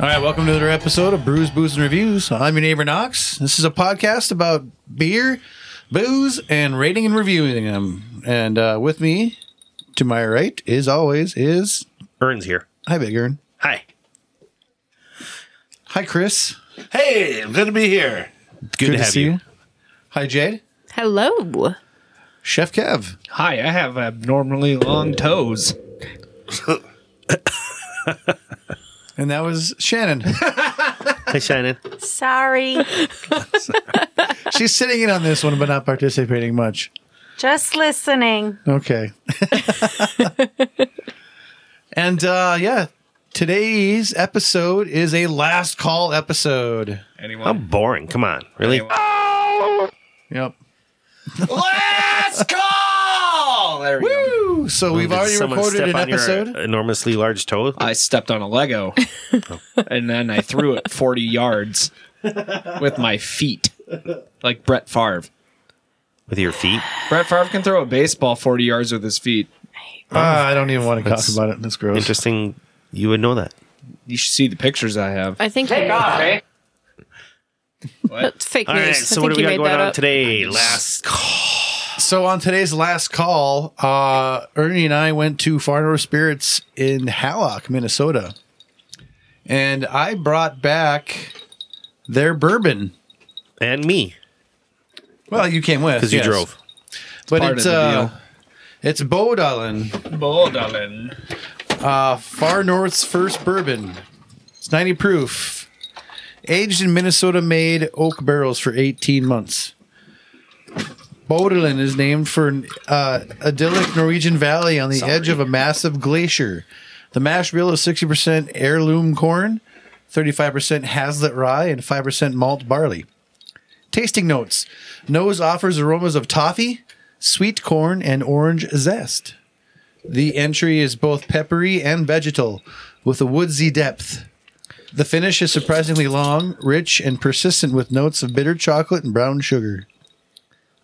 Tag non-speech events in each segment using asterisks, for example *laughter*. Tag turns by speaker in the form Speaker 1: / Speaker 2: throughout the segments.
Speaker 1: welcome to another episode of Brews, Booze, and Reviews. I'm your neighbor Knox. This is a podcast about beer, booze, and rating and reviewing them. And uh, with me, to my right, as always, is
Speaker 2: Burns here.
Speaker 1: hi, Big Earn.
Speaker 2: Hi.
Speaker 1: Hi, Chris.
Speaker 3: Hey, I'm good to be here.
Speaker 2: Good, to have you.
Speaker 1: Hi, Jade.
Speaker 4: Hello.
Speaker 1: Chef Kev.
Speaker 5: Hi, I have abnormally long toes.
Speaker 1: And that was
Speaker 2: *laughs*
Speaker 1: Shannon.
Speaker 2: Hi, Shannon.
Speaker 6: Sorry,
Speaker 1: She's sitting in on this one, but not participating much.
Speaker 6: just listening.
Speaker 1: Okay. *laughs* and uh, yeah, today's episode is a last call episode.
Speaker 5: Anyone?
Speaker 2: How boring. Come on. Really?
Speaker 5: Anyway.
Speaker 1: Yep.
Speaker 5: Let's call. There we go.
Speaker 1: Woo! So we've
Speaker 2: Did
Speaker 1: already
Speaker 2: someone
Speaker 1: recorded
Speaker 2: step
Speaker 1: an
Speaker 2: on your
Speaker 1: episode.
Speaker 2: enormously large toe.
Speaker 5: I stepped on a Lego, and then I threw it 40 yards with my feet, like Brett Favre.
Speaker 2: With your feet?
Speaker 5: Brett Favre can throw a baseball 40 yards with his feet.
Speaker 1: Uh, I don't even want to talk
Speaker 2: That's
Speaker 1: about it. That's gross.
Speaker 2: Interesting. You would know that.
Speaker 5: You should see the pictures I have.
Speaker 4: I think you
Speaker 5: What?
Speaker 4: It's fake
Speaker 2: All
Speaker 4: news.
Speaker 2: right.
Speaker 4: I
Speaker 2: So,
Speaker 4: think
Speaker 2: what do we
Speaker 4: you
Speaker 2: got
Speaker 4: made
Speaker 2: going
Speaker 4: that
Speaker 2: on
Speaker 4: up.
Speaker 2: today? Last call.
Speaker 1: So on today's last call, uh, Ernie and I went to Far North Spirits in Hallock, Minnesota, and I brought back their bourbon.
Speaker 2: And me.
Speaker 1: Well, you came with
Speaker 2: Because you
Speaker 1: yes.
Speaker 2: drove.
Speaker 1: but
Speaker 5: part of
Speaker 1: it's
Speaker 5: the
Speaker 1: uh,
Speaker 5: deal.
Speaker 1: it's Bowdoin, uh, Far North's first bourbon. It's ninety proof, aged in Minnesota-made oak barrels for eighteen months. Bowdoin is named for an uh, idyllic Norwegian valley on the edge of a massive glacier. The mash bill is sixty percent heirloom corn, thirty-five percent Hazlet rye, and five percent malt barley. Tasting notes: nose offers aromas of toffee, sweet corn, and orange zest. The entry is both peppery and vegetal, with a woodsy depth. The finish is surprisingly long, rich, and persistent with notes of bitter chocolate and brown sugar.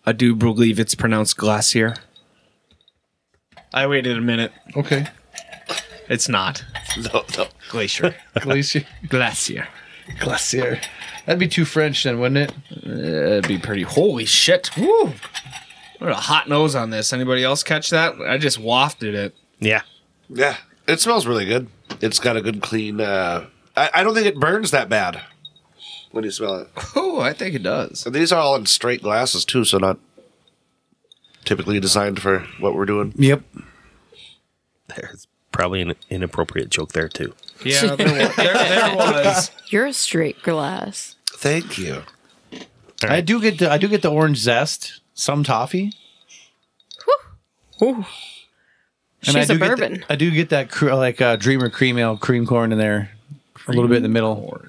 Speaker 5: I do believe it's pronounced glacier. I waited a minute.
Speaker 1: Okay.
Speaker 5: It's not
Speaker 3: *laughs* No, no.
Speaker 5: glacier.
Speaker 1: Glacier.
Speaker 5: *laughs* glacier.
Speaker 1: Glacier. That'd be too French then, wouldn't it?
Speaker 5: That'd be pretty. Holy shit! Woo! What a hot nose on this. Anybody else catch that? I just wafted it.
Speaker 2: Yeah.
Speaker 3: Yeah, it smells really good. It's got a good clean. Uh, I, I don't think it burns that bad when you smell it.
Speaker 5: Oh, I think it does.
Speaker 3: And these are all in straight glasses too, so not typically designed for what we're doing.
Speaker 1: Yep.
Speaker 2: There's probably an inappropriate joke there, too.
Speaker 5: *laughs* Yeah, there was. There, there was.
Speaker 4: You're a straight glass.
Speaker 3: Thank you.
Speaker 1: I do get the I do get the orange zest, some toffee,
Speaker 4: She's
Speaker 1: I
Speaker 4: a
Speaker 1: do get the-
Speaker 4: bourbon.
Speaker 1: I do get that cr- like uh, Dreamer cream ale, cream corn in there, a little bit in the middle.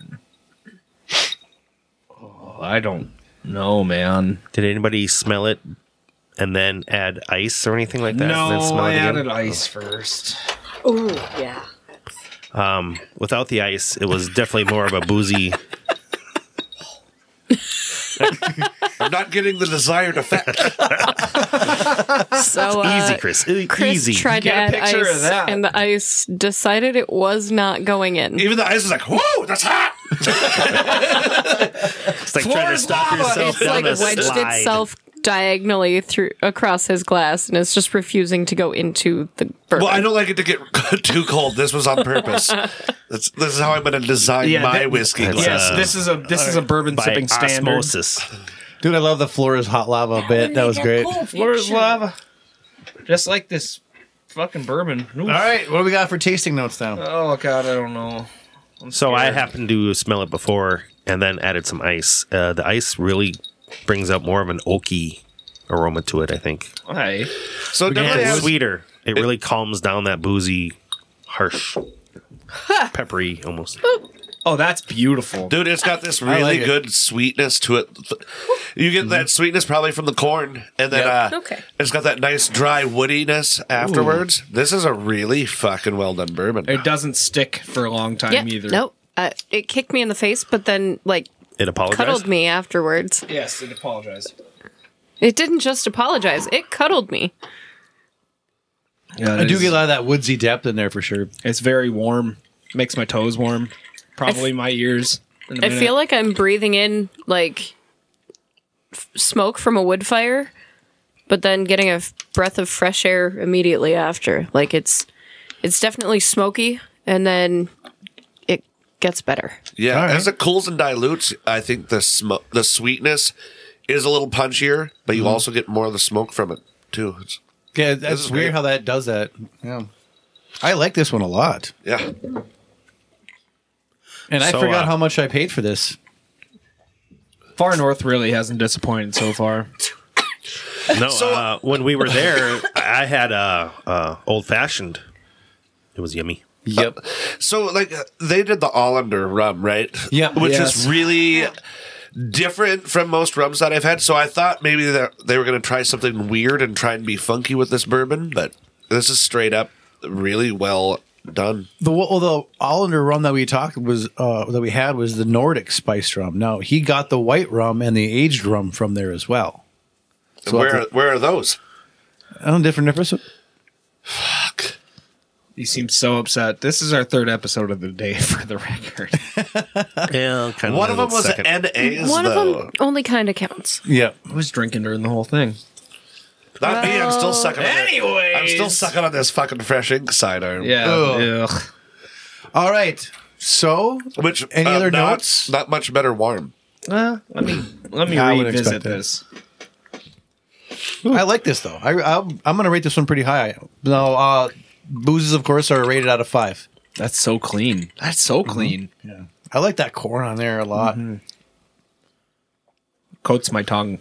Speaker 5: Oh, *laughs* I don't know, man.
Speaker 2: Did anybody smell it and then add ice or anything like that? and then smell
Speaker 5: I
Speaker 2: it again?
Speaker 5: added ice first.
Speaker 4: Ooh, yeah.
Speaker 2: Without the ice, it was definitely more of a boozy.
Speaker 3: I'm not getting the desired effect.
Speaker 2: *laughs*
Speaker 4: So *laughs* uh,
Speaker 2: easy, Chris. E-
Speaker 4: Chris
Speaker 2: easy.
Speaker 4: tried to
Speaker 5: Get a
Speaker 4: add
Speaker 5: picture of
Speaker 4: ice,
Speaker 5: that.
Speaker 4: and the ice decided it was not going in.
Speaker 3: Even the ice is like, whoa, that's hot.
Speaker 2: It's like trying to stop yourself
Speaker 4: It's
Speaker 2: down
Speaker 4: like
Speaker 2: a
Speaker 4: wedged
Speaker 2: slide.
Speaker 4: itself diagonally through across his glass, and it's just refusing to go into the bourbon.
Speaker 3: Well, I don't like it to get *laughs* too cold. This was on purpose. That's, this is how I'm going to design
Speaker 5: Yeah,
Speaker 3: my
Speaker 5: that-
Speaker 3: whiskey glass.
Speaker 5: yes, this is a this is a bourbon
Speaker 2: by
Speaker 5: sipping standard.
Speaker 2: osmosis.
Speaker 1: Dude, I love the Flores hot lava bit. That was great. All
Speaker 5: Floors lava, just like this fucking bourbon. Oof.
Speaker 1: right, what do we got for tasting notes now?
Speaker 5: Oh god, I don't know.
Speaker 2: So I happened to smell it before and then added some ice. Uh, the ice really brings out more of an oaky aroma to it, I think.
Speaker 5: Hi.
Speaker 3: So it
Speaker 2: And
Speaker 3: definitely
Speaker 2: it's
Speaker 3: has,
Speaker 2: sweeter. It really calms down that boozy, *laughs* harsh, peppery almost.
Speaker 5: Oh, that's beautiful.
Speaker 3: Dude, it's
Speaker 1: *laughs*
Speaker 3: got this really
Speaker 1: like it. Mm-hmm.
Speaker 3: good sweetness to it. You get that sweetness probably from the corn, and then
Speaker 5: Yep.
Speaker 3: uh,
Speaker 4: Okay.
Speaker 3: it's got that nice dry woodiness afterwards. This is a really fucking well done bourbon.
Speaker 5: It doesn't stick for a long time
Speaker 4: Yep.
Speaker 5: either.
Speaker 4: Nope. Uh, it kicked me in the face, but then like
Speaker 2: It apologized.
Speaker 4: cuddled me afterwards.
Speaker 5: Yes, it apologized.
Speaker 4: It didn't just apologize; it cuddled me.
Speaker 5: Yeah,
Speaker 1: I do get a lot of that woodsy depth in there for sure.
Speaker 5: It's very warm. Makes my toes warm. probably my ears. in a
Speaker 4: I
Speaker 5: minute.
Speaker 4: feel like I'm breathing in like f- smoke from a wood fire, but then getting a f- breath of fresh air immediately after. Like it's it's definitely smoky, and then it gets better.
Speaker 3: Yeah,
Speaker 1: All right.
Speaker 3: as it cools and dilutes, I think the smoke, the sweetness, is a little punchier, but you
Speaker 1: Mm-hmm.
Speaker 3: also get more of the smoke from it too. It's,
Speaker 1: Yeah,
Speaker 3: is
Speaker 1: that's
Speaker 3: great.
Speaker 1: weird how that does that. Yeah. I like this one a lot.
Speaker 3: yeah,
Speaker 1: And I
Speaker 2: So,
Speaker 1: forgot
Speaker 2: uh,
Speaker 1: how much I paid for this.
Speaker 5: Far North really hasn't disappointed so far.
Speaker 2: No, uh, when we were there, I had a uh, uh, old fashioned. It was yummy.
Speaker 1: Yep.
Speaker 3: So like they did the Allander rum, right?
Speaker 1: Yeah.
Speaker 3: *laughs* which
Speaker 5: Yes.
Speaker 3: is really different from most rums that I've had. So I thought maybe that they were going to try something weird and try and be funky with this bourbon, but this is straight up really well done.
Speaker 1: The well, the Hollander rum that we talked was uh, that we had was the Nordic spiced rum. Now he got the white rum and the aged rum from there as well. So
Speaker 3: where
Speaker 1: that's
Speaker 3: where are those?
Speaker 1: I don't different difference.
Speaker 3: Fuck.
Speaker 5: He seems so upset. This is our third episode of the day *laughs* for the record.
Speaker 2: *laughs* Yeah, kind
Speaker 3: One of them was NA's
Speaker 4: One
Speaker 3: though.
Speaker 4: of them only kind of counts.
Speaker 1: Yeah.
Speaker 5: I was drinking during the whole thing.
Speaker 3: Not me. I'm still sucking. on it.
Speaker 5: Anyways.
Speaker 3: I'm still sucking on this fucking fresh ink sidearm.
Speaker 5: Yeah.
Speaker 1: Ugh.
Speaker 5: ugh.
Speaker 1: All right. So
Speaker 3: Which uh,
Speaker 1: Any other
Speaker 3: not-
Speaker 1: notes?
Speaker 3: Not much better warm.
Speaker 5: Well, let me let me
Speaker 1: Yeah, I would
Speaker 5: revisit
Speaker 1: expect it.
Speaker 5: this.
Speaker 1: I like this though. I, I I'm going to rate this one pretty high. Now uh, boozes, of course, are rated out of five.
Speaker 5: That's so clean. That's so
Speaker 1: Mm-hmm.
Speaker 5: clean.
Speaker 1: I like that corn on there a lot.
Speaker 5: Coats my tongue.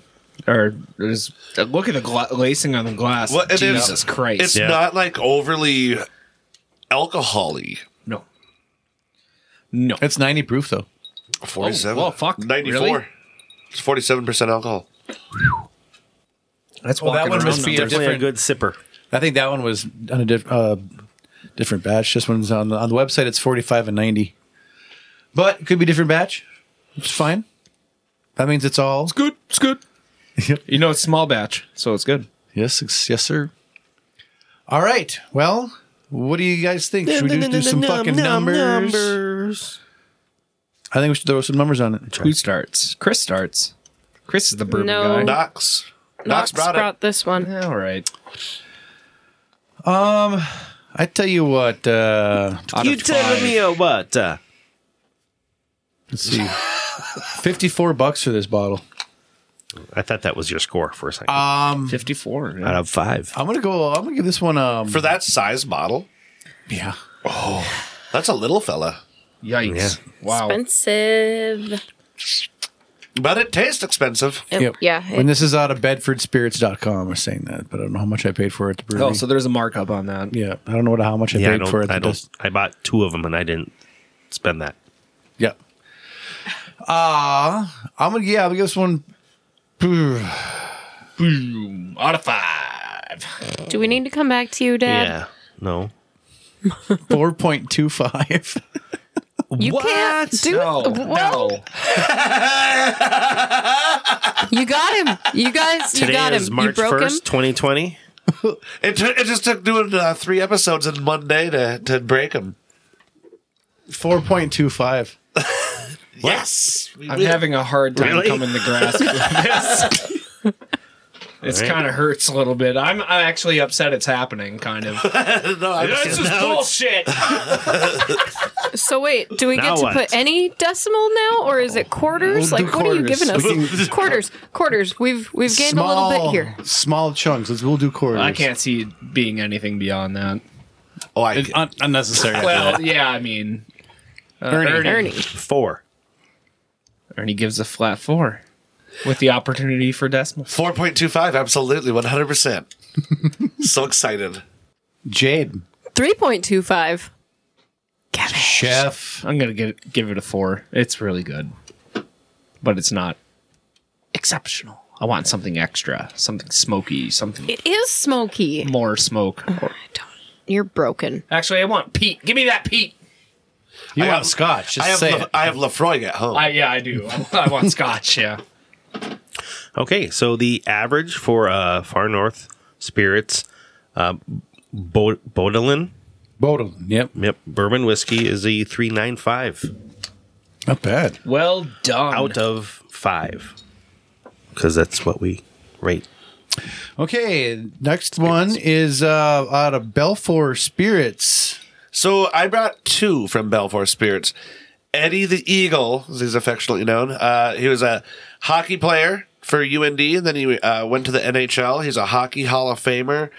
Speaker 5: Or there's look at the gla- lacing on the glass.
Speaker 3: Well, it is-
Speaker 5: Jesus Christ.
Speaker 3: It's
Speaker 2: Yeah.
Speaker 3: not like overly alcoholy.
Speaker 5: no. No.
Speaker 1: It's ninety proof though.
Speaker 3: 47.
Speaker 5: well, fuck,
Speaker 3: 94.
Speaker 5: really?
Speaker 3: It's 47% alcohol.
Speaker 5: That's
Speaker 1: Well, that
Speaker 5: walking
Speaker 1: one
Speaker 5: around
Speaker 1: must be a
Speaker 5: numbers.
Speaker 1: different-
Speaker 2: Definitely a good sipper.
Speaker 1: I think that one was on a diff, uh, different batch. This one's on the, on the website. It's forty five and ninety, but it could be different batch. It's fine. That means it's all
Speaker 5: It's good. It's good.
Speaker 1: Yep.
Speaker 5: You know, it's small batch, so it's good.
Speaker 1: yes, it's- yes, sir. All right. Well, what do you guys think? Should we do, do some fucking numbers? I think we should throw some numbers on it.
Speaker 5: Who starts? Chris starts. Chris is the bourbon
Speaker 4: No.
Speaker 5: guy.
Speaker 3: Knox.
Speaker 4: Knox
Speaker 3: Knox brought,
Speaker 4: brought this one.
Speaker 5: All right.
Speaker 1: I tell you what. Uh,
Speaker 5: Out of five.
Speaker 2: a what? Uh,
Speaker 1: let's see. Fifty four bucks for this bottle.
Speaker 2: I thought that was your score for a second.
Speaker 5: fifty-four?
Speaker 2: out of five.
Speaker 1: I'm gonna go. I'm gonna give this one. Um.
Speaker 3: it. For that size bottle,
Speaker 1: yeah.
Speaker 3: that's a little fella.
Speaker 5: Yikes!
Speaker 2: Yeah.
Speaker 5: Wow.
Speaker 4: Expensive.
Speaker 3: But it tastes expensive.
Speaker 4: It-
Speaker 1: Yep.
Speaker 4: Yeah.
Speaker 1: When
Speaker 4: it-
Speaker 1: this is out of bedfordspirits.com, we're saying that, but I don't know how much I paid for it at the brewery.
Speaker 5: Oh, so there's a markup on that.
Speaker 1: yeah, I don't know what, how much I
Speaker 2: Yeah, I
Speaker 1: paid for
Speaker 2: don't.
Speaker 1: it.
Speaker 2: I,
Speaker 1: at the
Speaker 2: don't
Speaker 1: dis-
Speaker 2: I bought two of them and I didn't spend that.
Speaker 1: yeah. Uh, I'm going to, yeah, I'm going to give this one.
Speaker 5: Boom! Out of five.
Speaker 4: do we need to come back to you, Dad?
Speaker 2: Yeah. No.
Speaker 1: *laughs* 4.25.
Speaker 4: You can't do
Speaker 5: No,
Speaker 4: it. Well,
Speaker 5: no.
Speaker 4: you got him. You guys, you
Speaker 2: Today
Speaker 4: got
Speaker 2: is
Speaker 4: him. you
Speaker 2: March
Speaker 4: broke him.
Speaker 2: first, twenty twenty.
Speaker 3: It, t- it just took doing uh, three episodes in one day to, to break them.
Speaker 1: 4.25.
Speaker 3: Yes.
Speaker 5: I'm having a hard time
Speaker 2: Really?
Speaker 5: coming to grasp with this. It
Speaker 2: All right.
Speaker 5: kind of hurts a little bit. I'm, I'm actually upset it's happening, kind of.
Speaker 3: *laughs* no, I
Speaker 5: this
Speaker 3: understand
Speaker 5: is
Speaker 3: that.
Speaker 5: bullshit.
Speaker 4: So wait, do we
Speaker 2: Now
Speaker 4: get to
Speaker 2: what?
Speaker 4: put any decimal now, or is it quarters?
Speaker 1: We'll do
Speaker 4: like what are you
Speaker 1: quarters.
Speaker 4: giving
Speaker 1: *laughs*
Speaker 4: us?
Speaker 1: We
Speaker 4: quarters, quarters. We've we've gained a little bit here.
Speaker 1: Small chunks. Let's, we'll do quarters.
Speaker 5: I can't see it being anything beyond that.
Speaker 3: oh, I
Speaker 1: It's un- unnecessary.
Speaker 5: Well, yeah, I mean, uh,
Speaker 1: Ernie.
Speaker 4: Ernie,
Speaker 2: Four.
Speaker 5: Ernie gives a flat four with the opportunity for decimal.
Speaker 3: 4.25, absolutely, 100%. so excited.
Speaker 1: Jade.
Speaker 4: three point two five.
Speaker 1: Chef.
Speaker 5: I'm gonna get give it a four. It's really good, but it's not exceptional. I want something extra, something smoky, something
Speaker 4: It is smoky.
Speaker 5: more smoke. Or-
Speaker 4: You're broken.
Speaker 5: Actually, I want Pete. Give me that Pete.
Speaker 1: You
Speaker 3: I
Speaker 1: want
Speaker 3: have-
Speaker 1: scotch. Just
Speaker 3: I have
Speaker 1: say
Speaker 3: La-
Speaker 1: it.
Speaker 3: I have Lafroy at home.
Speaker 5: I yeah, I do. I, I want Scotch. Yeah.
Speaker 2: Okay, so the average for uh, Far North Spirits, uh, Bo- Bodolin,
Speaker 1: Bodil. Yep.
Speaker 2: yep, bourbon whiskey is a three nine five.
Speaker 1: Not bad.
Speaker 5: Well done.
Speaker 4: Mm.
Speaker 2: out of five because that's what we rate.
Speaker 1: Okay, next one is uh, out of Belfour Spirits.
Speaker 3: So I brought two from Belfour Spirits. Eddie the Eagle, as he's affectionately known. Uh, he was a hockey player for UND, and then he uh, went to the NHL. He's a hockey Hall of Famer.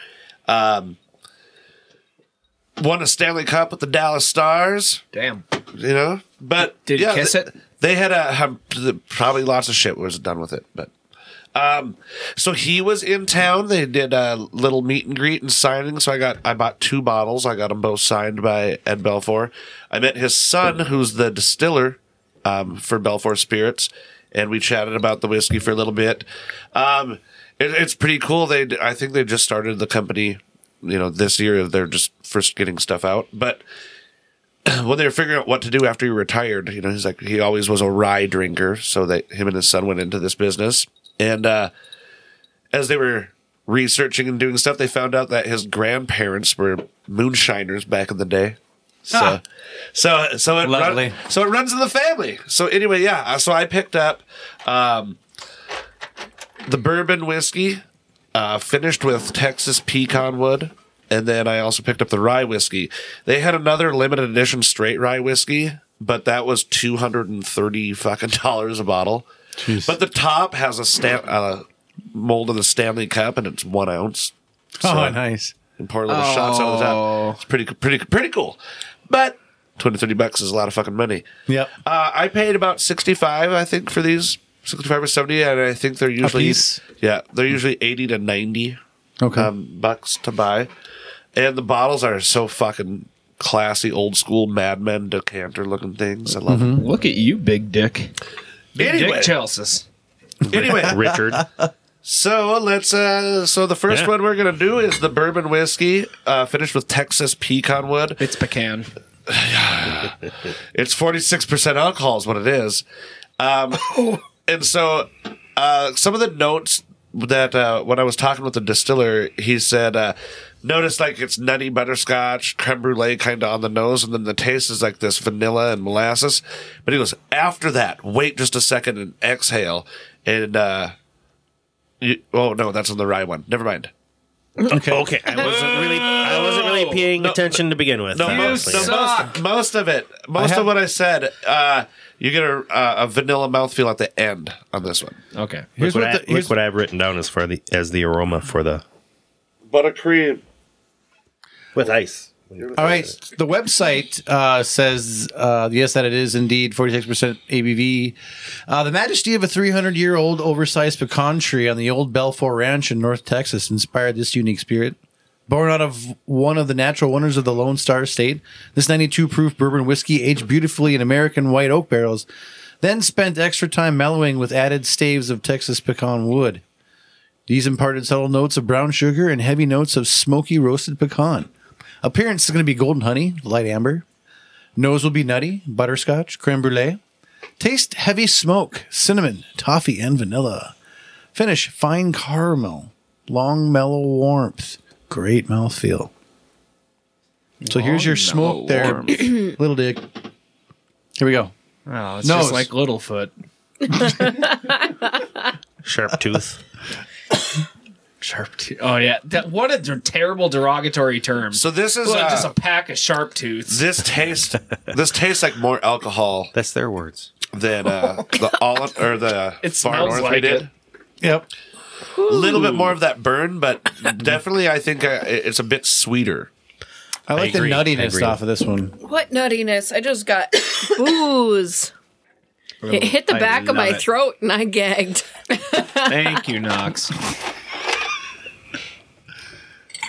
Speaker 3: Um, won a Stanley Cup with the Dallas Stars.
Speaker 5: Damn.
Speaker 3: You know, but
Speaker 5: Did he
Speaker 3: yeah,
Speaker 5: kiss
Speaker 3: th-
Speaker 5: it?
Speaker 3: They had a hum, probably lots of shit was done with it, but. Um, so he was in town. They did a little meet and greet and signing. So I got, I bought two bottles. I got them both signed by Ed Belfour. I met his son, who's the distiller, um, for Belfour Spirits. And we chatted about the whiskey for a little bit. Um, it, it's pretty cool. They, d- I think they just started the company, you know, this year. They're just first getting stuff out, but *sighs* when they were figuring out what to do after he retired, you know, he's like he always was a rye drinker, so that him and his son went into this business. And uh as they were researching and doing stuff, they found out that his grandparents were moonshiners back in the day. So
Speaker 5: Ah.
Speaker 3: so so it
Speaker 5: Lovely.
Speaker 3: run, so it runs in the family. So anyway, yeah, uh, so I picked up um the bourbon whiskey uh, finished with Texas pecan wood, and then I also picked up the rye whiskey. They had another limited edition straight rye whiskey, but that was two hundred and thirty fucking *laughs* dollars a bottle. But the top has a stan- uh, mold of the Stanley Cup, and it's one ounce.
Speaker 1: Oh, nice.
Speaker 3: And pour little shots out of the top. It's pretty, pretty, pretty cool. But 20, 30 bucks is a lot of fucking money.
Speaker 1: Yep.
Speaker 3: Uh, I paid about sixty five, I think, for these sixty five or seventy, and I think they're usually
Speaker 1: piece?
Speaker 3: yeah, they're usually eighty to ninety
Speaker 1: Okay.
Speaker 3: um, bucks to buy, and the bottles are so fucking classy, old school Mad Men decanter looking things. I love them.
Speaker 5: Look at you, big dick. Mm-hmm. Big
Speaker 3: Anyway.
Speaker 5: dick Chelsea.
Speaker 3: Anyway,
Speaker 2: *laughs* Richard,
Speaker 3: so let's. uh So the first
Speaker 2: Yeah.
Speaker 3: one we're gonna do is the bourbon whiskey, uh, finished with Texas pecan wood.
Speaker 5: It's pecan.
Speaker 3: It's forty six percent alcohol is what it is, um, and so uh, some of the notes that uh, when I was talking with the distiller, he said, uh, notice like it's nutty butterscotch, creme brulee kind of on the nose, and then the taste is like this vanilla and molasses. But he goes after that, wait just a second and exhale, and uh, you, oh no, that's on the rye one. Never mind.
Speaker 2: okay, I wasn't really, I wasn't really paying attention to begin with.
Speaker 3: No,
Speaker 2: I
Speaker 3: most,
Speaker 2: honestly-
Speaker 3: no, most, most of it, most
Speaker 1: have-
Speaker 3: of what I said, uh, you get a, uh, a vanilla mouthfeel at the end on this one.
Speaker 5: Okay.
Speaker 1: Here's
Speaker 2: Look
Speaker 1: what,
Speaker 2: what, I,
Speaker 1: the, here's,
Speaker 2: look what I've written down as for the as the aroma for the
Speaker 3: Buttercream.
Speaker 2: with ice.
Speaker 1: all right. The website uh, says uh, yes that it is indeed 46% ABV. Uh, the majesty of a 300 year old oversized pecan tree on the old Belfour Ranch in North Texas inspired this unique spirit. Born out of one of the natural wonders of the Lone Star State, this 92 proof bourbon whiskey aged beautifully in American white oak barrels, then spent extra time mellowing with added staves of Texas pecan wood. These imparted subtle notes of brown sugar and heavy notes of smoky roasted pecan. Appearance is going to be golden honey, light amber. Nose will be nutty, butterscotch, creme brulee. Taste heavy smoke, cinnamon, toffee, and vanilla. Finish fine caramel, long mellow warmth, great mouthfeel. So here's your smoke there, *coughs* little dick. Here we go.
Speaker 5: Oh, it's
Speaker 1: Nose.
Speaker 5: just like Littlefoot. *laughs*
Speaker 2: Sharp tooth.
Speaker 5: Sharp tooth. Oh yeah. That, what a der- terrible derogatory term.
Speaker 3: So this is
Speaker 5: Well,
Speaker 3: uh,
Speaker 5: just a pack of sharp
Speaker 3: *laughs*
Speaker 5: tooths.
Speaker 3: this
Speaker 5: *laughs*
Speaker 3: taste. this tastes like more alcohol
Speaker 2: That's their words.
Speaker 3: than uh, the olive or the
Speaker 5: Oh It
Speaker 3: far
Speaker 5: smells
Speaker 3: north we
Speaker 5: like
Speaker 3: did.
Speaker 5: it.
Speaker 1: Yep.
Speaker 3: A little bit more of that burn, but
Speaker 5: *laughs*
Speaker 3: definitely I think uh, it- it's a bit sweeter.
Speaker 1: I like
Speaker 2: agree,
Speaker 1: the
Speaker 2: I
Speaker 1: nuttiness
Speaker 2: agree.
Speaker 1: off of this one.
Speaker 4: What nuttiness? I just got *coughs* booze. It hit the
Speaker 5: I
Speaker 4: back of
Speaker 5: love
Speaker 4: my
Speaker 5: it.
Speaker 4: throat and I gagged.
Speaker 5: Thank you, Knox.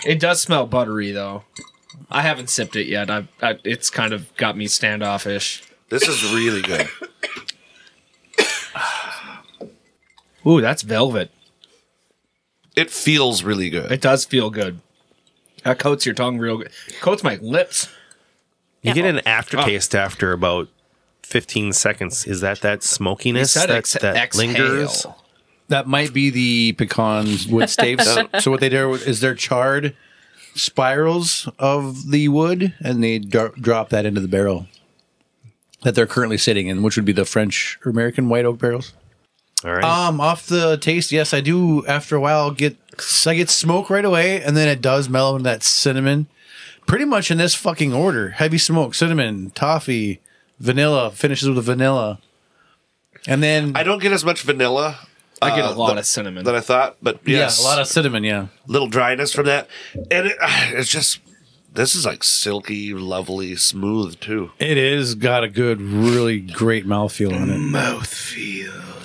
Speaker 5: it does smell buttery though. I haven't sipped it yet. I, I it's kind of got me standoffish.
Speaker 3: This is
Speaker 5: *laughs*
Speaker 3: really good.
Speaker 5: Ooh, that's velvet.
Speaker 3: It feels really good.
Speaker 5: It does feel good. That coats your tongue real good. Coats my lips.
Speaker 2: You get an aftertaste after about 15 seconds. Is that that smokiness
Speaker 5: Said
Speaker 2: that,
Speaker 5: ex-
Speaker 2: that
Speaker 5: exhale.
Speaker 2: lingers?
Speaker 1: That might be the pecans wood staves. so what they do is they're charred spirals of the wood, and they dro- drop that into the barrel. that they're currently sitting in, which would be the French or American white oak barrels.
Speaker 2: All right.
Speaker 1: Um, off the taste, yes, I do. After a while, get I get smoke right away, and then it does mellow into that cinnamon. Pretty much in this fucking order: heavy smoke, cinnamon, toffee, vanilla. Finishes with vanilla, and then
Speaker 3: I don't get as much vanilla.
Speaker 5: I get a lot
Speaker 3: that-
Speaker 5: of cinnamon.
Speaker 3: that I thought, but yes,
Speaker 1: yeah, a lot of cinnamon. Yeah,
Speaker 3: little dryness from that, and it, *sighs* it's just this is like silky, lovely, smooth too.
Speaker 1: it is got a good, really great mouthfeel on it.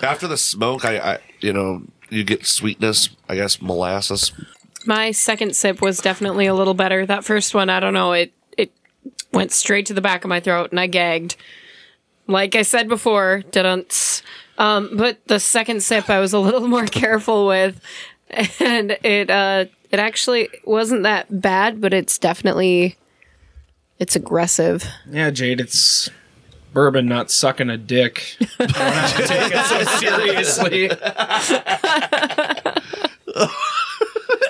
Speaker 3: After the smoke, I, I you know you get sweetness, I guess molasses.
Speaker 4: My second sip was definitely a little better. That first one, I don't know, it it went straight to the back of my throat and I gagged. Like I said before, didn't. Um, but the second sip, I was a little *laughs* more careful with, and it uh, it actually wasn't that bad, but it's definitely it's aggressive.
Speaker 5: Yeah, Jade, it's bourbon not sucking a *laughs* dick. Don't have to take it so seriously.
Speaker 1: *laughs*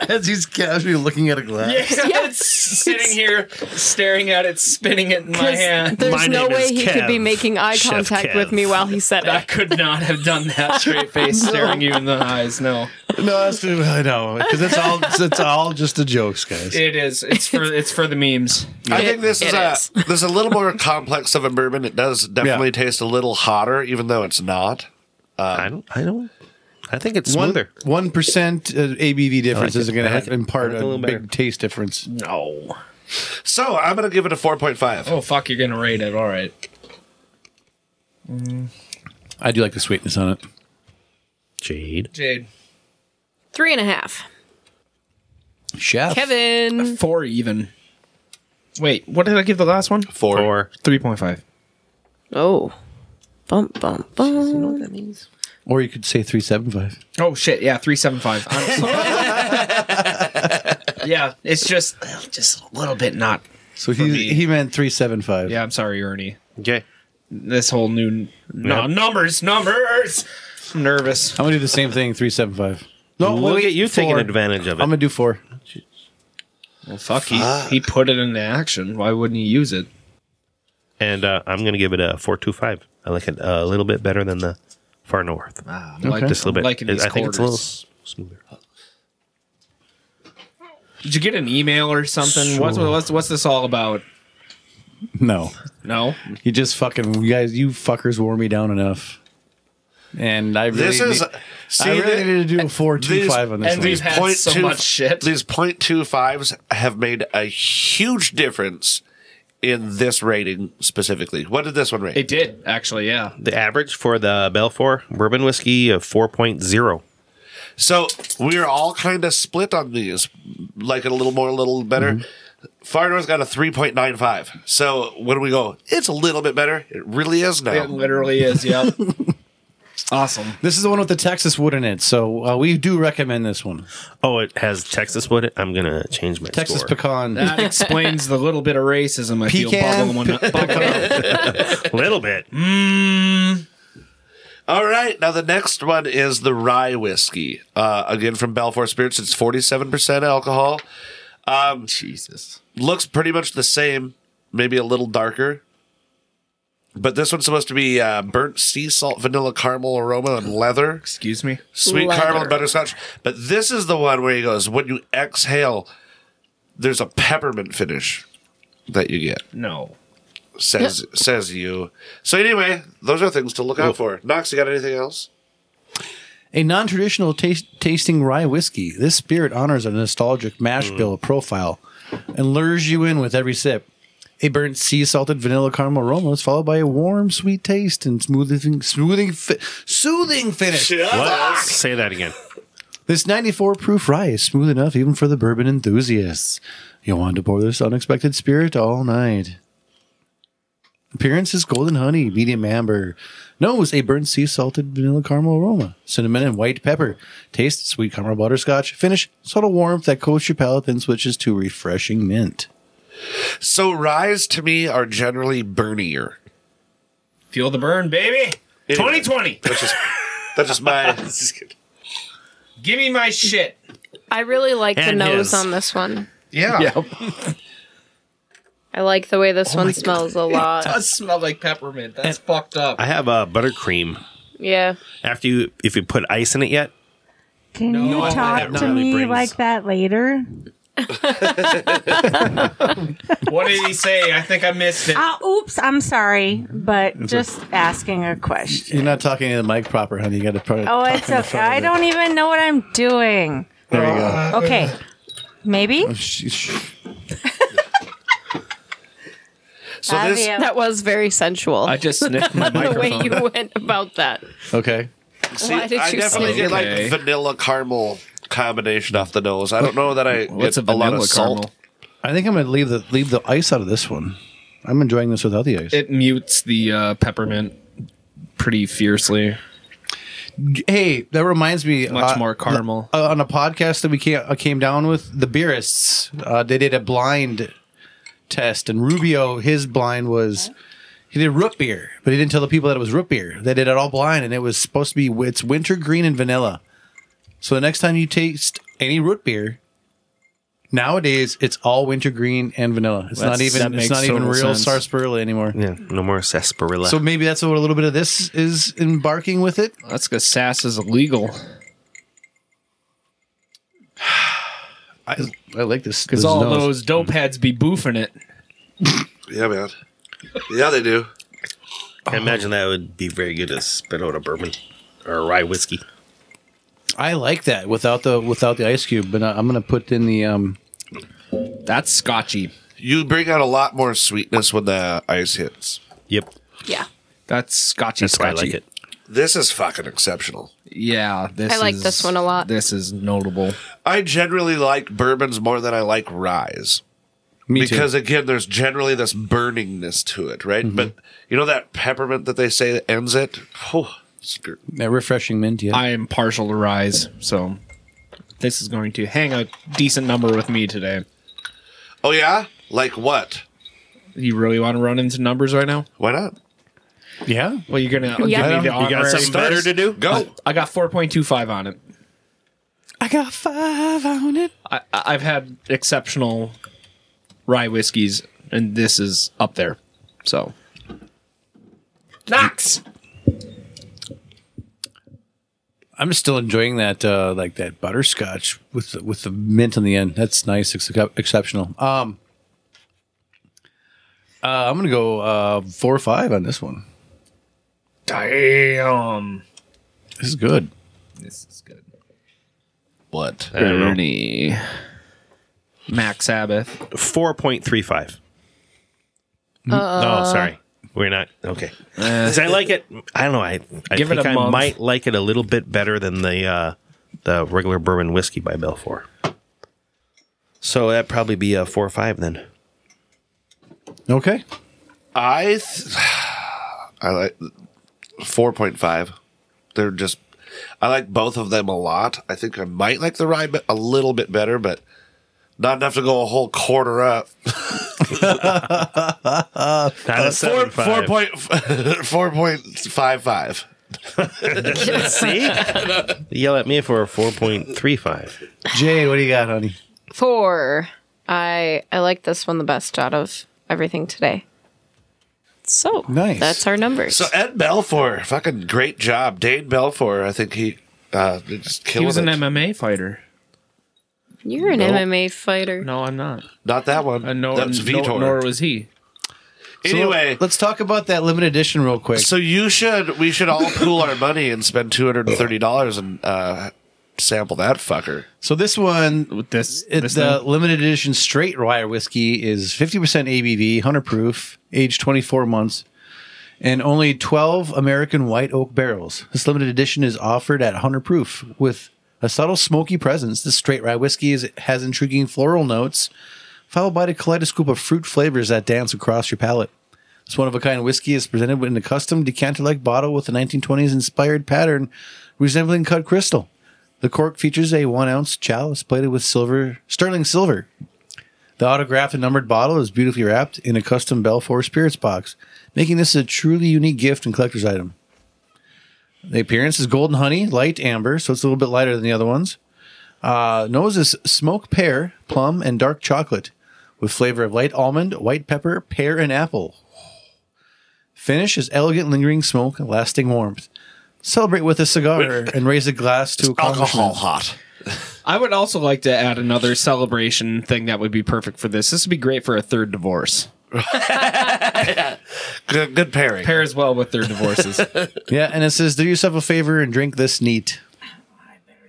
Speaker 1: As he's casually looking at a glass.
Speaker 5: it's sitting here staring at it, spinning it in my hand.
Speaker 4: There's
Speaker 2: My
Speaker 4: no
Speaker 2: name
Speaker 4: way
Speaker 2: is
Speaker 4: he could be
Speaker 2: Kev.
Speaker 4: making eye
Speaker 2: Chef
Speaker 4: contact
Speaker 2: Kev.
Speaker 4: with me while he said
Speaker 2: *laughs*
Speaker 5: I
Speaker 4: it.
Speaker 5: could not have done that straight face, staring you in the eyes. No,
Speaker 1: *laughs* No, that's, I know because it's all it's all just the jokes, guys.
Speaker 5: it is. It's for it's for the memes.
Speaker 3: I think this
Speaker 4: It-
Speaker 3: is
Speaker 4: it
Speaker 3: a
Speaker 4: is.
Speaker 3: *laughs* this is a little more complex of a bourbon. It does definitely
Speaker 1: Yeah.
Speaker 3: taste a little hotter, even though it's not.
Speaker 2: I don't. I don't. I think it's
Speaker 1: One
Speaker 2: smoother.
Speaker 1: one percent uh, ABV difference
Speaker 2: I like
Speaker 1: isn't
Speaker 2: it.
Speaker 1: going
Speaker 2: I
Speaker 1: to
Speaker 2: like
Speaker 1: have
Speaker 2: it.
Speaker 1: impart
Speaker 2: I like it a
Speaker 1: a,
Speaker 2: little
Speaker 1: big
Speaker 2: better.
Speaker 1: taste difference.
Speaker 5: No.
Speaker 3: So I'm gonna give it a four point five.
Speaker 5: Oh fuck, you're gonna rate it. All right.
Speaker 1: I do like the sweetness on it.
Speaker 2: Jade.
Speaker 5: Jade.
Speaker 4: Three and a half.
Speaker 1: Chef
Speaker 4: Kevin,
Speaker 5: Four even. Wait, what did I give the last one?
Speaker 3: Four.
Speaker 5: Three point five.
Speaker 4: Oh. Bump, bump, bump.
Speaker 1: Or you could say 375.
Speaker 5: Oh shit, yeah, three seven five. yeah, it's just just a little bit not.
Speaker 1: So
Speaker 5: For me.
Speaker 1: he, he meant 375.
Speaker 5: Yeah, I'm sorry, Ernie.
Speaker 2: Okay.
Speaker 5: This whole new no, numbers, numbers. I'm nervous.
Speaker 1: I'm going to do the same thing, 375. No,
Speaker 2: Look
Speaker 1: wait,
Speaker 2: at you taking
Speaker 1: four.
Speaker 2: advantage of it.
Speaker 1: I'm going to do four.
Speaker 5: Well, fuck, He, he put it into action. Why wouldn't he use it?
Speaker 2: and uh, I'm gonna give it a four two five. I like it a little bit better than the far north.
Speaker 5: Ah, I'm
Speaker 1: Okay.
Speaker 5: liking,
Speaker 2: Just a little
Speaker 5: I'm
Speaker 2: bit.
Speaker 5: liking
Speaker 2: It-
Speaker 5: these
Speaker 2: I think it's a little
Speaker 5: quarters.
Speaker 2: s- smoother.
Speaker 5: Did you get an email or something? What's, what's what's this all about?
Speaker 1: No.
Speaker 5: No,
Speaker 1: You just fucking, you guys, you fuckers wore me down enough. And I really,
Speaker 3: This is
Speaker 1: need-
Speaker 3: see,
Speaker 1: I really
Speaker 3: th-
Speaker 1: needed to do a 425 on this
Speaker 5: and
Speaker 1: one.
Speaker 5: these- We've had so much shit.
Speaker 3: These point two fives have made a huge difference in this rating specifically. What did this one rate?
Speaker 5: it did actually. Yeah,
Speaker 2: The average for the Belfour bourbon whiskey of 4.0.
Speaker 3: So we're all kind of split on these, like it a little more, a little better. Far North got a three point nine five. So when we go, it's a little bit better. It really is now.
Speaker 5: it literally is.
Speaker 2: *laughs*
Speaker 5: Yep. awesome.
Speaker 1: this is the one with the Texas wood in it. So uh, we do recommend this one.
Speaker 2: Oh, it has Texas wood. I'm gonna change my
Speaker 1: Texas
Speaker 2: score.
Speaker 1: pecan.
Speaker 5: That explains the little bit of racism I feel
Speaker 1: Pecan.
Speaker 5: bubbling, when- bubbling up.
Speaker 2: A
Speaker 1: *laughs*
Speaker 2: little bit.
Speaker 3: All right, now the next one is the rye whiskey. Uh, again from Balfour Spirits. It's forty seven percent alcohol.
Speaker 5: Jesus.
Speaker 3: looks pretty much the same, maybe a little darker. But this one's supposed to be uh, burnt sea salt, vanilla caramel aroma, and leather,
Speaker 5: Excuse me.
Speaker 3: sweet
Speaker 4: Leather.
Speaker 3: caramel, and butterscotch. But this is the one where he goes, when you exhale, there's a peppermint finish that you get.
Speaker 5: No.
Speaker 3: Says says you. So anyway, those are things to look out for. Knox, you got anything else?
Speaker 1: A non traditional taste- tasting rye whiskey, this spirit honors a nostalgic mash bill profile and lures you in with every sip. A burnt sea salted vanilla caramel aroma is followed by a warm, sweet taste and smoothing, smoothing, fi- soothing finish.
Speaker 2: What? Say that again.
Speaker 1: This 94 proof rye is smooth enough even for the bourbon enthusiasts. You'll want to pour this unexpected spirit all night. Appearance is golden honey, medium amber. Nose, a burnt sea salted vanilla caramel aroma, cinnamon and white pepper. Taste, sweet caramel butterscotch. Finish, subtle warmth that coats your palate then switches to refreshing mint.
Speaker 3: So ryes to me are generally burnier.
Speaker 5: Feel the burn, baby. 2020.
Speaker 3: That's just that's just my
Speaker 5: Give me my shit.
Speaker 4: I really like the
Speaker 2: And
Speaker 4: nose
Speaker 2: his.
Speaker 4: on this one.
Speaker 3: yeah.
Speaker 4: I like the way this one smells a lot.
Speaker 5: smell like peppermint. That's fucked up.
Speaker 2: I have a buttercream.
Speaker 4: Yeah.
Speaker 2: After you, if you put ice in it yet,
Speaker 6: Can
Speaker 5: No,
Speaker 6: you
Speaker 5: that
Speaker 6: talk to
Speaker 2: really
Speaker 6: me
Speaker 2: brings-
Speaker 6: like that later?
Speaker 5: what did he say? I think I missed it.
Speaker 6: Uh, oops, I'm sorry, but just asking a question.
Speaker 1: You're not talking to the mic proper, honey. You got to put it.
Speaker 6: Oh, it's okay. I don't even know what I'm doing.
Speaker 1: There you go.
Speaker 6: Okay. Maybe?
Speaker 1: Sh- sh-
Speaker 3: So this
Speaker 6: Fabio.
Speaker 4: That was very sensual.
Speaker 5: I just sniffed
Speaker 4: *laughs*
Speaker 5: my
Speaker 4: the way
Speaker 5: microphone.
Speaker 4: you went about that.
Speaker 1: Okay.
Speaker 3: see,
Speaker 4: Why did
Speaker 3: I
Speaker 4: you
Speaker 3: definitely
Speaker 4: say
Speaker 3: get like
Speaker 5: Okay.
Speaker 3: vanilla caramel combination off the nose. I don't know that I
Speaker 5: What's a
Speaker 3: get a, lot
Speaker 5: vanilla
Speaker 3: of salt.
Speaker 5: caramel?
Speaker 1: I think I'm gonna leave the leave the ice out of this one. I'm enjoying this without the ice.
Speaker 5: It mutes the uh, peppermint pretty fiercely.
Speaker 1: hey, that reminds me.
Speaker 5: Much
Speaker 1: uh,
Speaker 5: more caramel.
Speaker 1: uh, on a podcast that we came, uh, came down with, the Beerists, uh, they did a blind test, and Rubio, his blind was he did root beer, but he didn't tell the people that it was root beer. They did it all blind, and it was supposed to be it's winter green and vanilla. So the next time you taste any root beer, nowadays it's all winter green and vanilla. It's
Speaker 5: That's-
Speaker 1: not even
Speaker 5: that
Speaker 1: it's
Speaker 5: makes
Speaker 1: not even
Speaker 5: total
Speaker 1: real
Speaker 5: sense.
Speaker 1: sarsaparilla anymore.
Speaker 2: yeah, no more sarsaparilla.
Speaker 1: So maybe that's what a little bit of this is embarking with it.
Speaker 5: That's because sass is illegal.
Speaker 1: I, I like this
Speaker 5: Because
Speaker 1: this
Speaker 5: all
Speaker 1: nose.
Speaker 5: those dope heads be boofing it.
Speaker 3: Yeah, man. Yeah, they do.
Speaker 2: I imagine that would be very good to spit out a bourbon or a rye whiskey.
Speaker 1: I like that without the without the ice cube, but I- I'm gonna put in the um.
Speaker 5: That's scotchy.
Speaker 3: You bring out a lot more sweetness when the ice hits.
Speaker 2: Yep,
Speaker 4: Yeah.
Speaker 5: That's scotchy.
Speaker 2: that's why I
Speaker 5: scotchy.
Speaker 2: like it.
Speaker 3: This is fucking exceptional.
Speaker 5: Yeah, this
Speaker 4: I like
Speaker 5: is-
Speaker 4: this one a lot.
Speaker 5: This is notable.
Speaker 3: I generally like bourbons more than I like ryes.
Speaker 1: Me
Speaker 3: because again, there's generally this burningness to it, right? But you know that peppermint that they say that ends it. Phew, it's gr-
Speaker 1: too. That refreshing mint, yeah.
Speaker 5: I am partial to rise, so this is going to hang a decent number with me today.
Speaker 3: oh yeah, like what?
Speaker 5: You really want to run into numbers right now?
Speaker 3: Why not?
Speaker 1: yeah.
Speaker 5: Well, you're gonna give
Speaker 4: Yeah.
Speaker 5: me the
Speaker 2: You got
Speaker 5: honorary
Speaker 2: something better
Speaker 5: first.
Speaker 2: to do?
Speaker 3: Go.
Speaker 5: I got four point two five on it.
Speaker 1: I got five on it.
Speaker 5: I, I- I've had exceptional rye whiskeys, and this is up there. So, Knox.
Speaker 1: I'm still enjoying that, uh, like that butterscotch with the, with the mint on the end. That's nice. It's ex- exceptional. Um, uh, I'm gonna go uh, four or five on this one.
Speaker 5: Damn,
Speaker 1: This is good.
Speaker 5: this is good.
Speaker 3: What?
Speaker 5: Ernie, Max Sabbath.
Speaker 2: Four point three five. oh, sorry, we're not okay. 'Cause I like it. I don't know. I, I
Speaker 5: Give it
Speaker 2: think
Speaker 5: a
Speaker 2: I
Speaker 5: month.
Speaker 2: might like it a little bit better than the uh, the regular bourbon whiskey by Belfour. So that'd probably be a four or five then.
Speaker 1: Okay.
Speaker 3: I th- *sighs* I like four point five. They're just I like both of them a lot. I think I might like the rye bit- a little bit better, but not enough to go a whole quarter up.
Speaker 2: Not a
Speaker 3: *laughs* Four
Speaker 2: seven
Speaker 3: four
Speaker 2: five.
Speaker 3: point *laughs* four point five five.
Speaker 2: See, yell at me for a four point three five.
Speaker 1: Jade, what do you got, honey?
Speaker 4: *laughs* Four. I I like this one the best out of everything today. So
Speaker 1: Nice.
Speaker 4: that's our numbers.
Speaker 3: So Ed Belfour, fucking great job, Dane Belfour. I think he uh, they just killed
Speaker 5: He was
Speaker 3: it.
Speaker 5: an MMA fighter.
Speaker 4: You're an MMA fighter.
Speaker 5: No, I'm not.
Speaker 3: Not that one.
Speaker 5: Uh, no,
Speaker 3: That's
Speaker 5: no,
Speaker 3: Vitor.
Speaker 5: nor was he.
Speaker 1: So
Speaker 3: anyway,
Speaker 1: let's talk about that limited edition real quick.
Speaker 3: so you should we should all pool our money and spend two hundred and thirty dollars and uh, sample that fucker.
Speaker 1: So this one,
Speaker 5: With this,
Speaker 1: It,
Speaker 5: this
Speaker 1: the
Speaker 5: thing?
Speaker 1: limited edition straight rye whiskey is 50% ABV, 100 proof, aged 24 months, and only 12 American white oak barrels. This limited edition is offered at 100 proof with a subtle smoky presence. This straight rye whiskey is, has intriguing floral notes, followed by a kaleidoscope of fruit flavors that dance across your palate. This one of a kind whiskey is presented in a custom decanter like bottle with a 1920s inspired pattern resembling cut crystal. The cork features a one ounce chalice plated with silver sterling silver. The autographed and numbered bottle is beautifully wrapped in a custom Belfour spirits box, making this a truly unique gift and collector's item. The appearance is golden honey, light amber, so it's a little bit lighter than the other ones. Uh, nose is smoke pear, plum, and dark chocolate, with flavor of light almond, white pepper, pear, and apple. Finish is elegant, lingering smoke and lasting warmth. Celebrate with a cigar and raise a glass to
Speaker 3: Alcohol
Speaker 1: accomplishment.
Speaker 3: hot.
Speaker 5: I would also like to add another celebration thing that would be perfect for this. This would be great for a third divorce.
Speaker 3: Good, good pairing.
Speaker 5: Pairs well with their *laughs* divorces.
Speaker 1: Yeah, and it says, do yourself a favor and drink this neat.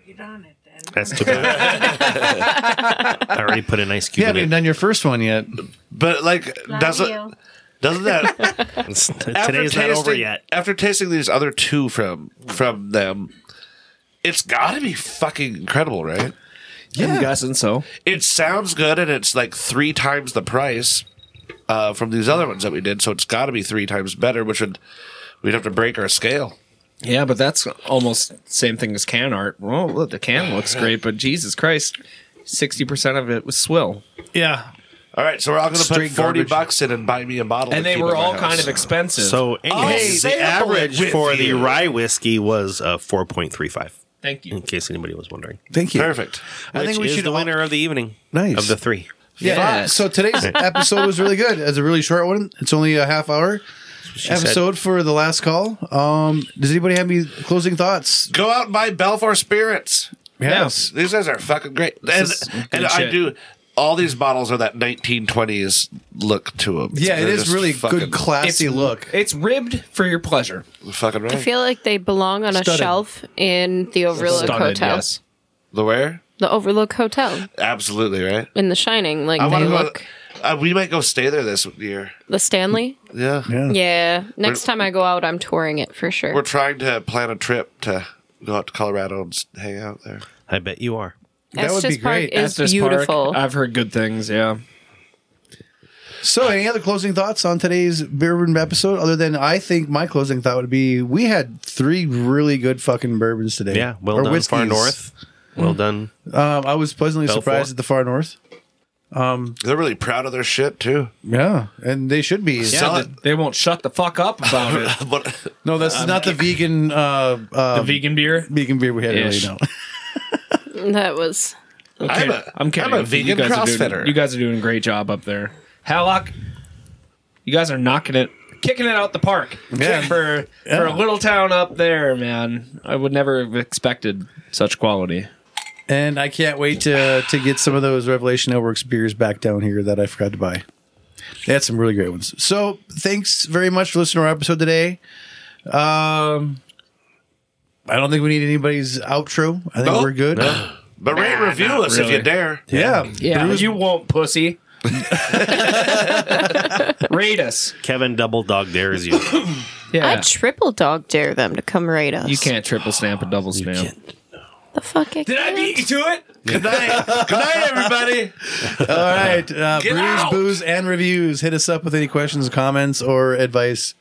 Speaker 6: Get on it then.
Speaker 2: That's too bad. I already put an ice
Speaker 1: You
Speaker 2: cube
Speaker 1: haven't
Speaker 2: in
Speaker 1: even
Speaker 2: it.
Speaker 1: done your first one yet.
Speaker 3: But like,
Speaker 6: Love
Speaker 3: doesn't
Speaker 6: you.
Speaker 3: doesn't that
Speaker 2: It's-
Speaker 3: after
Speaker 2: *laughs* Today's not over
Speaker 3: tasting-
Speaker 2: yet.
Speaker 3: After tasting these other two from from them, it's got to be fucking incredible, right?
Speaker 5: I'm guessing so.
Speaker 3: It sounds good, and it's like three times the price uh, from these other ones that we did. So it's got to be three times better, which would we'd have to break our scale.
Speaker 5: Yeah, but that's almost same thing as can art. Well, look, the can looks great, but Jesus Christ, sixty percent of it was swill,
Speaker 1: Yeah.
Speaker 3: All right, so we're all going to put
Speaker 1: Straight
Speaker 3: forty
Speaker 1: garbage.
Speaker 3: bucks in and buy me a bottle,
Speaker 5: and
Speaker 3: to
Speaker 5: they
Speaker 3: keep
Speaker 5: were
Speaker 3: at my
Speaker 5: all
Speaker 3: house.
Speaker 5: kind of expensive.
Speaker 2: So, anyways, the
Speaker 3: sample it
Speaker 2: average
Speaker 3: with
Speaker 2: for the
Speaker 3: you.
Speaker 2: rye whiskey was uh, 4.35,
Speaker 5: thank
Speaker 2: in
Speaker 5: you.
Speaker 2: case anybody was wondering.
Speaker 1: Thank you.
Speaker 3: perfect.
Speaker 1: I think
Speaker 2: Which
Speaker 1: we
Speaker 2: is
Speaker 1: should
Speaker 2: the
Speaker 1: all-
Speaker 2: winner of the evening.
Speaker 1: Nice.
Speaker 2: Of the three.
Speaker 1: Yeah.
Speaker 5: Yes.
Speaker 1: So
Speaker 2: *laughs*
Speaker 1: today's episode was really good. It's a really short one. It's only a half hour
Speaker 2: She said-
Speaker 1: episode for the last call. Um, does anybody have any closing thoughts?
Speaker 3: Go out and buy Belfour spirits.
Speaker 5: Yes.
Speaker 3: These guys are fucking great, and,
Speaker 5: is good
Speaker 3: and I
Speaker 5: shit.
Speaker 3: do. All these bottles are that 1920s look to them.
Speaker 1: Yeah, it
Speaker 3: They're
Speaker 1: is
Speaker 3: just
Speaker 1: really
Speaker 3: fucking,
Speaker 1: good, classy look.
Speaker 5: It's ribbed for your pleasure.
Speaker 3: Fucking right.
Speaker 4: I feel like they belong on a
Speaker 1: Studded.
Speaker 4: shelf in the Overlook
Speaker 5: Stunted,
Speaker 4: Hotel.
Speaker 5: yes.
Speaker 3: The where?
Speaker 4: The Overlook Hotel
Speaker 3: Absolutely right.
Speaker 4: in The Shining. Like
Speaker 3: I
Speaker 4: they
Speaker 3: want to go.
Speaker 4: look
Speaker 3: uh, we might go stay there this year.
Speaker 4: the Stanley.
Speaker 3: Yeah.
Speaker 4: Yeah. Next time I go out, I'm touring it for sure.
Speaker 3: We're trying to plan a trip to go out to Colorado and s- hang out there.
Speaker 2: I bet you are.
Speaker 1: That would be
Speaker 4: Estes Park
Speaker 1: great.
Speaker 4: is
Speaker 5: Estes Park,
Speaker 4: beautiful.
Speaker 5: I've heard good things. Yeah.
Speaker 1: So, any other closing thoughts on today's bourbon episode? Other than I think my closing thought would be we had three really good fucking bourbons today.
Speaker 2: Yeah, well
Speaker 1: Or
Speaker 2: done, Far
Speaker 1: whiskeys.
Speaker 2: North. Well done.
Speaker 1: Um, I was pleasantly
Speaker 2: Belfort.
Speaker 1: surprised at the far north.
Speaker 3: They're really proud of their shit too. *laughs*
Speaker 1: Yeah, and they should be.
Speaker 5: Yeah,
Speaker 3: Sell
Speaker 5: they,
Speaker 3: it.
Speaker 5: they won't shut the fuck up about it.
Speaker 3: *laughs* But
Speaker 1: No, that's
Speaker 3: Um,
Speaker 1: not the vegan uh, uh,
Speaker 5: the vegan beer.
Speaker 1: vegan beer we had
Speaker 5: Ish.
Speaker 3: *laughs*
Speaker 1: earlier. No.
Speaker 5: uh,
Speaker 4: that was
Speaker 3: I'm a,
Speaker 5: I'm kidding.
Speaker 3: I'm a
Speaker 5: You
Speaker 3: vegan
Speaker 5: guys are doing-
Speaker 3: CrossFitter.
Speaker 5: you guys are doing a great job up there. Hallock, you guys are knocking it, kicking it out the park.
Speaker 1: *laughs* Yeah.
Speaker 5: *laughs* For for a little town up there, man. I would never have expected such quality.
Speaker 1: And I can't wait to to get some of those Revelation Networks beers back down here that I forgot to buy. They had some really great ones. So thanks very much for listening to our episode today. Um, I don't think we need anybody's outro. I think
Speaker 3: Nope.
Speaker 1: we're good.
Speaker 3: but rate and review us if you
Speaker 5: really.
Speaker 3: dare.
Speaker 1: Yeah.
Speaker 5: Yeah,
Speaker 1: Brews-
Speaker 5: you won't,
Speaker 3: *laughs*
Speaker 5: pussy. Rate us.
Speaker 2: Kevin Double Dog dares you.
Speaker 5: Yeah.
Speaker 4: I triple dog dare them to come raid us.
Speaker 5: you can't triple snap a double snap.
Speaker 4: The fuck I
Speaker 5: Did I
Speaker 4: can't?
Speaker 5: beat you to it?
Speaker 3: Good
Speaker 5: *laughs*
Speaker 3: night. Good night, everybody.
Speaker 1: All right. Uh,
Speaker 3: Get
Speaker 1: brews,
Speaker 3: out!
Speaker 1: booze, and reviews. Hit us up with any questions, comments, or advice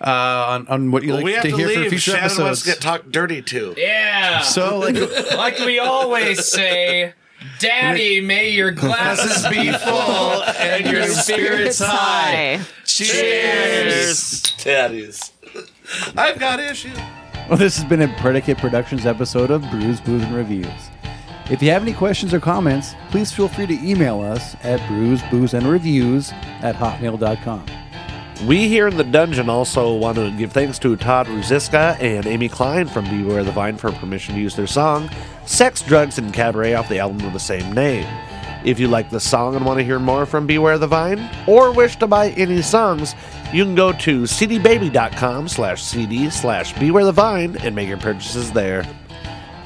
Speaker 1: uh, on, on what you like
Speaker 3: we have
Speaker 1: to,
Speaker 3: to,
Speaker 1: hear for
Speaker 3: leave.
Speaker 1: future
Speaker 3: Shannon wants
Speaker 1: episodes.
Speaker 3: to get talked dirty too.
Speaker 5: Yeah.
Speaker 1: so, like,
Speaker 5: like we always say, Daddy, may your glasses be full and your spirits high.
Speaker 3: Daddies. I've got issues.
Speaker 7: Well, *laughs* this has been a Predicate Productions episode of Brews, Booze, and Reviews. If you have any questions or comments, please feel free to email us at brews, booze, and reviews at hotmail.com.
Speaker 3: We here in the dungeon also want to give thanks to Todd Ruziska and Amy Klein from Beware the Vine for permission to use their song, Sex, Drugs, and Cabaret off the album of the same name. If you like the song and want to hear more from Beware the Vine, or wish to buy any songs, you can go to cdbaby.com slash cd slash beware the vine and make your purchases there.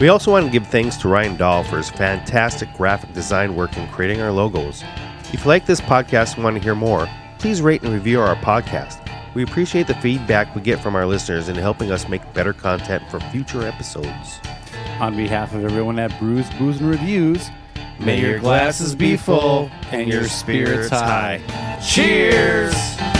Speaker 2: We also want to give thanks to Ryan Dahl for his fantastic graphic design work in creating our logos. If you like this podcast and want to hear more, please rate and review our podcast. We appreciate the feedback we get from our listeners in helping us make better content for future episodes.
Speaker 7: On behalf of everyone at Brews, Booze, and Reviews,
Speaker 2: May your glasses be full and your spirits high.
Speaker 7: Cheers!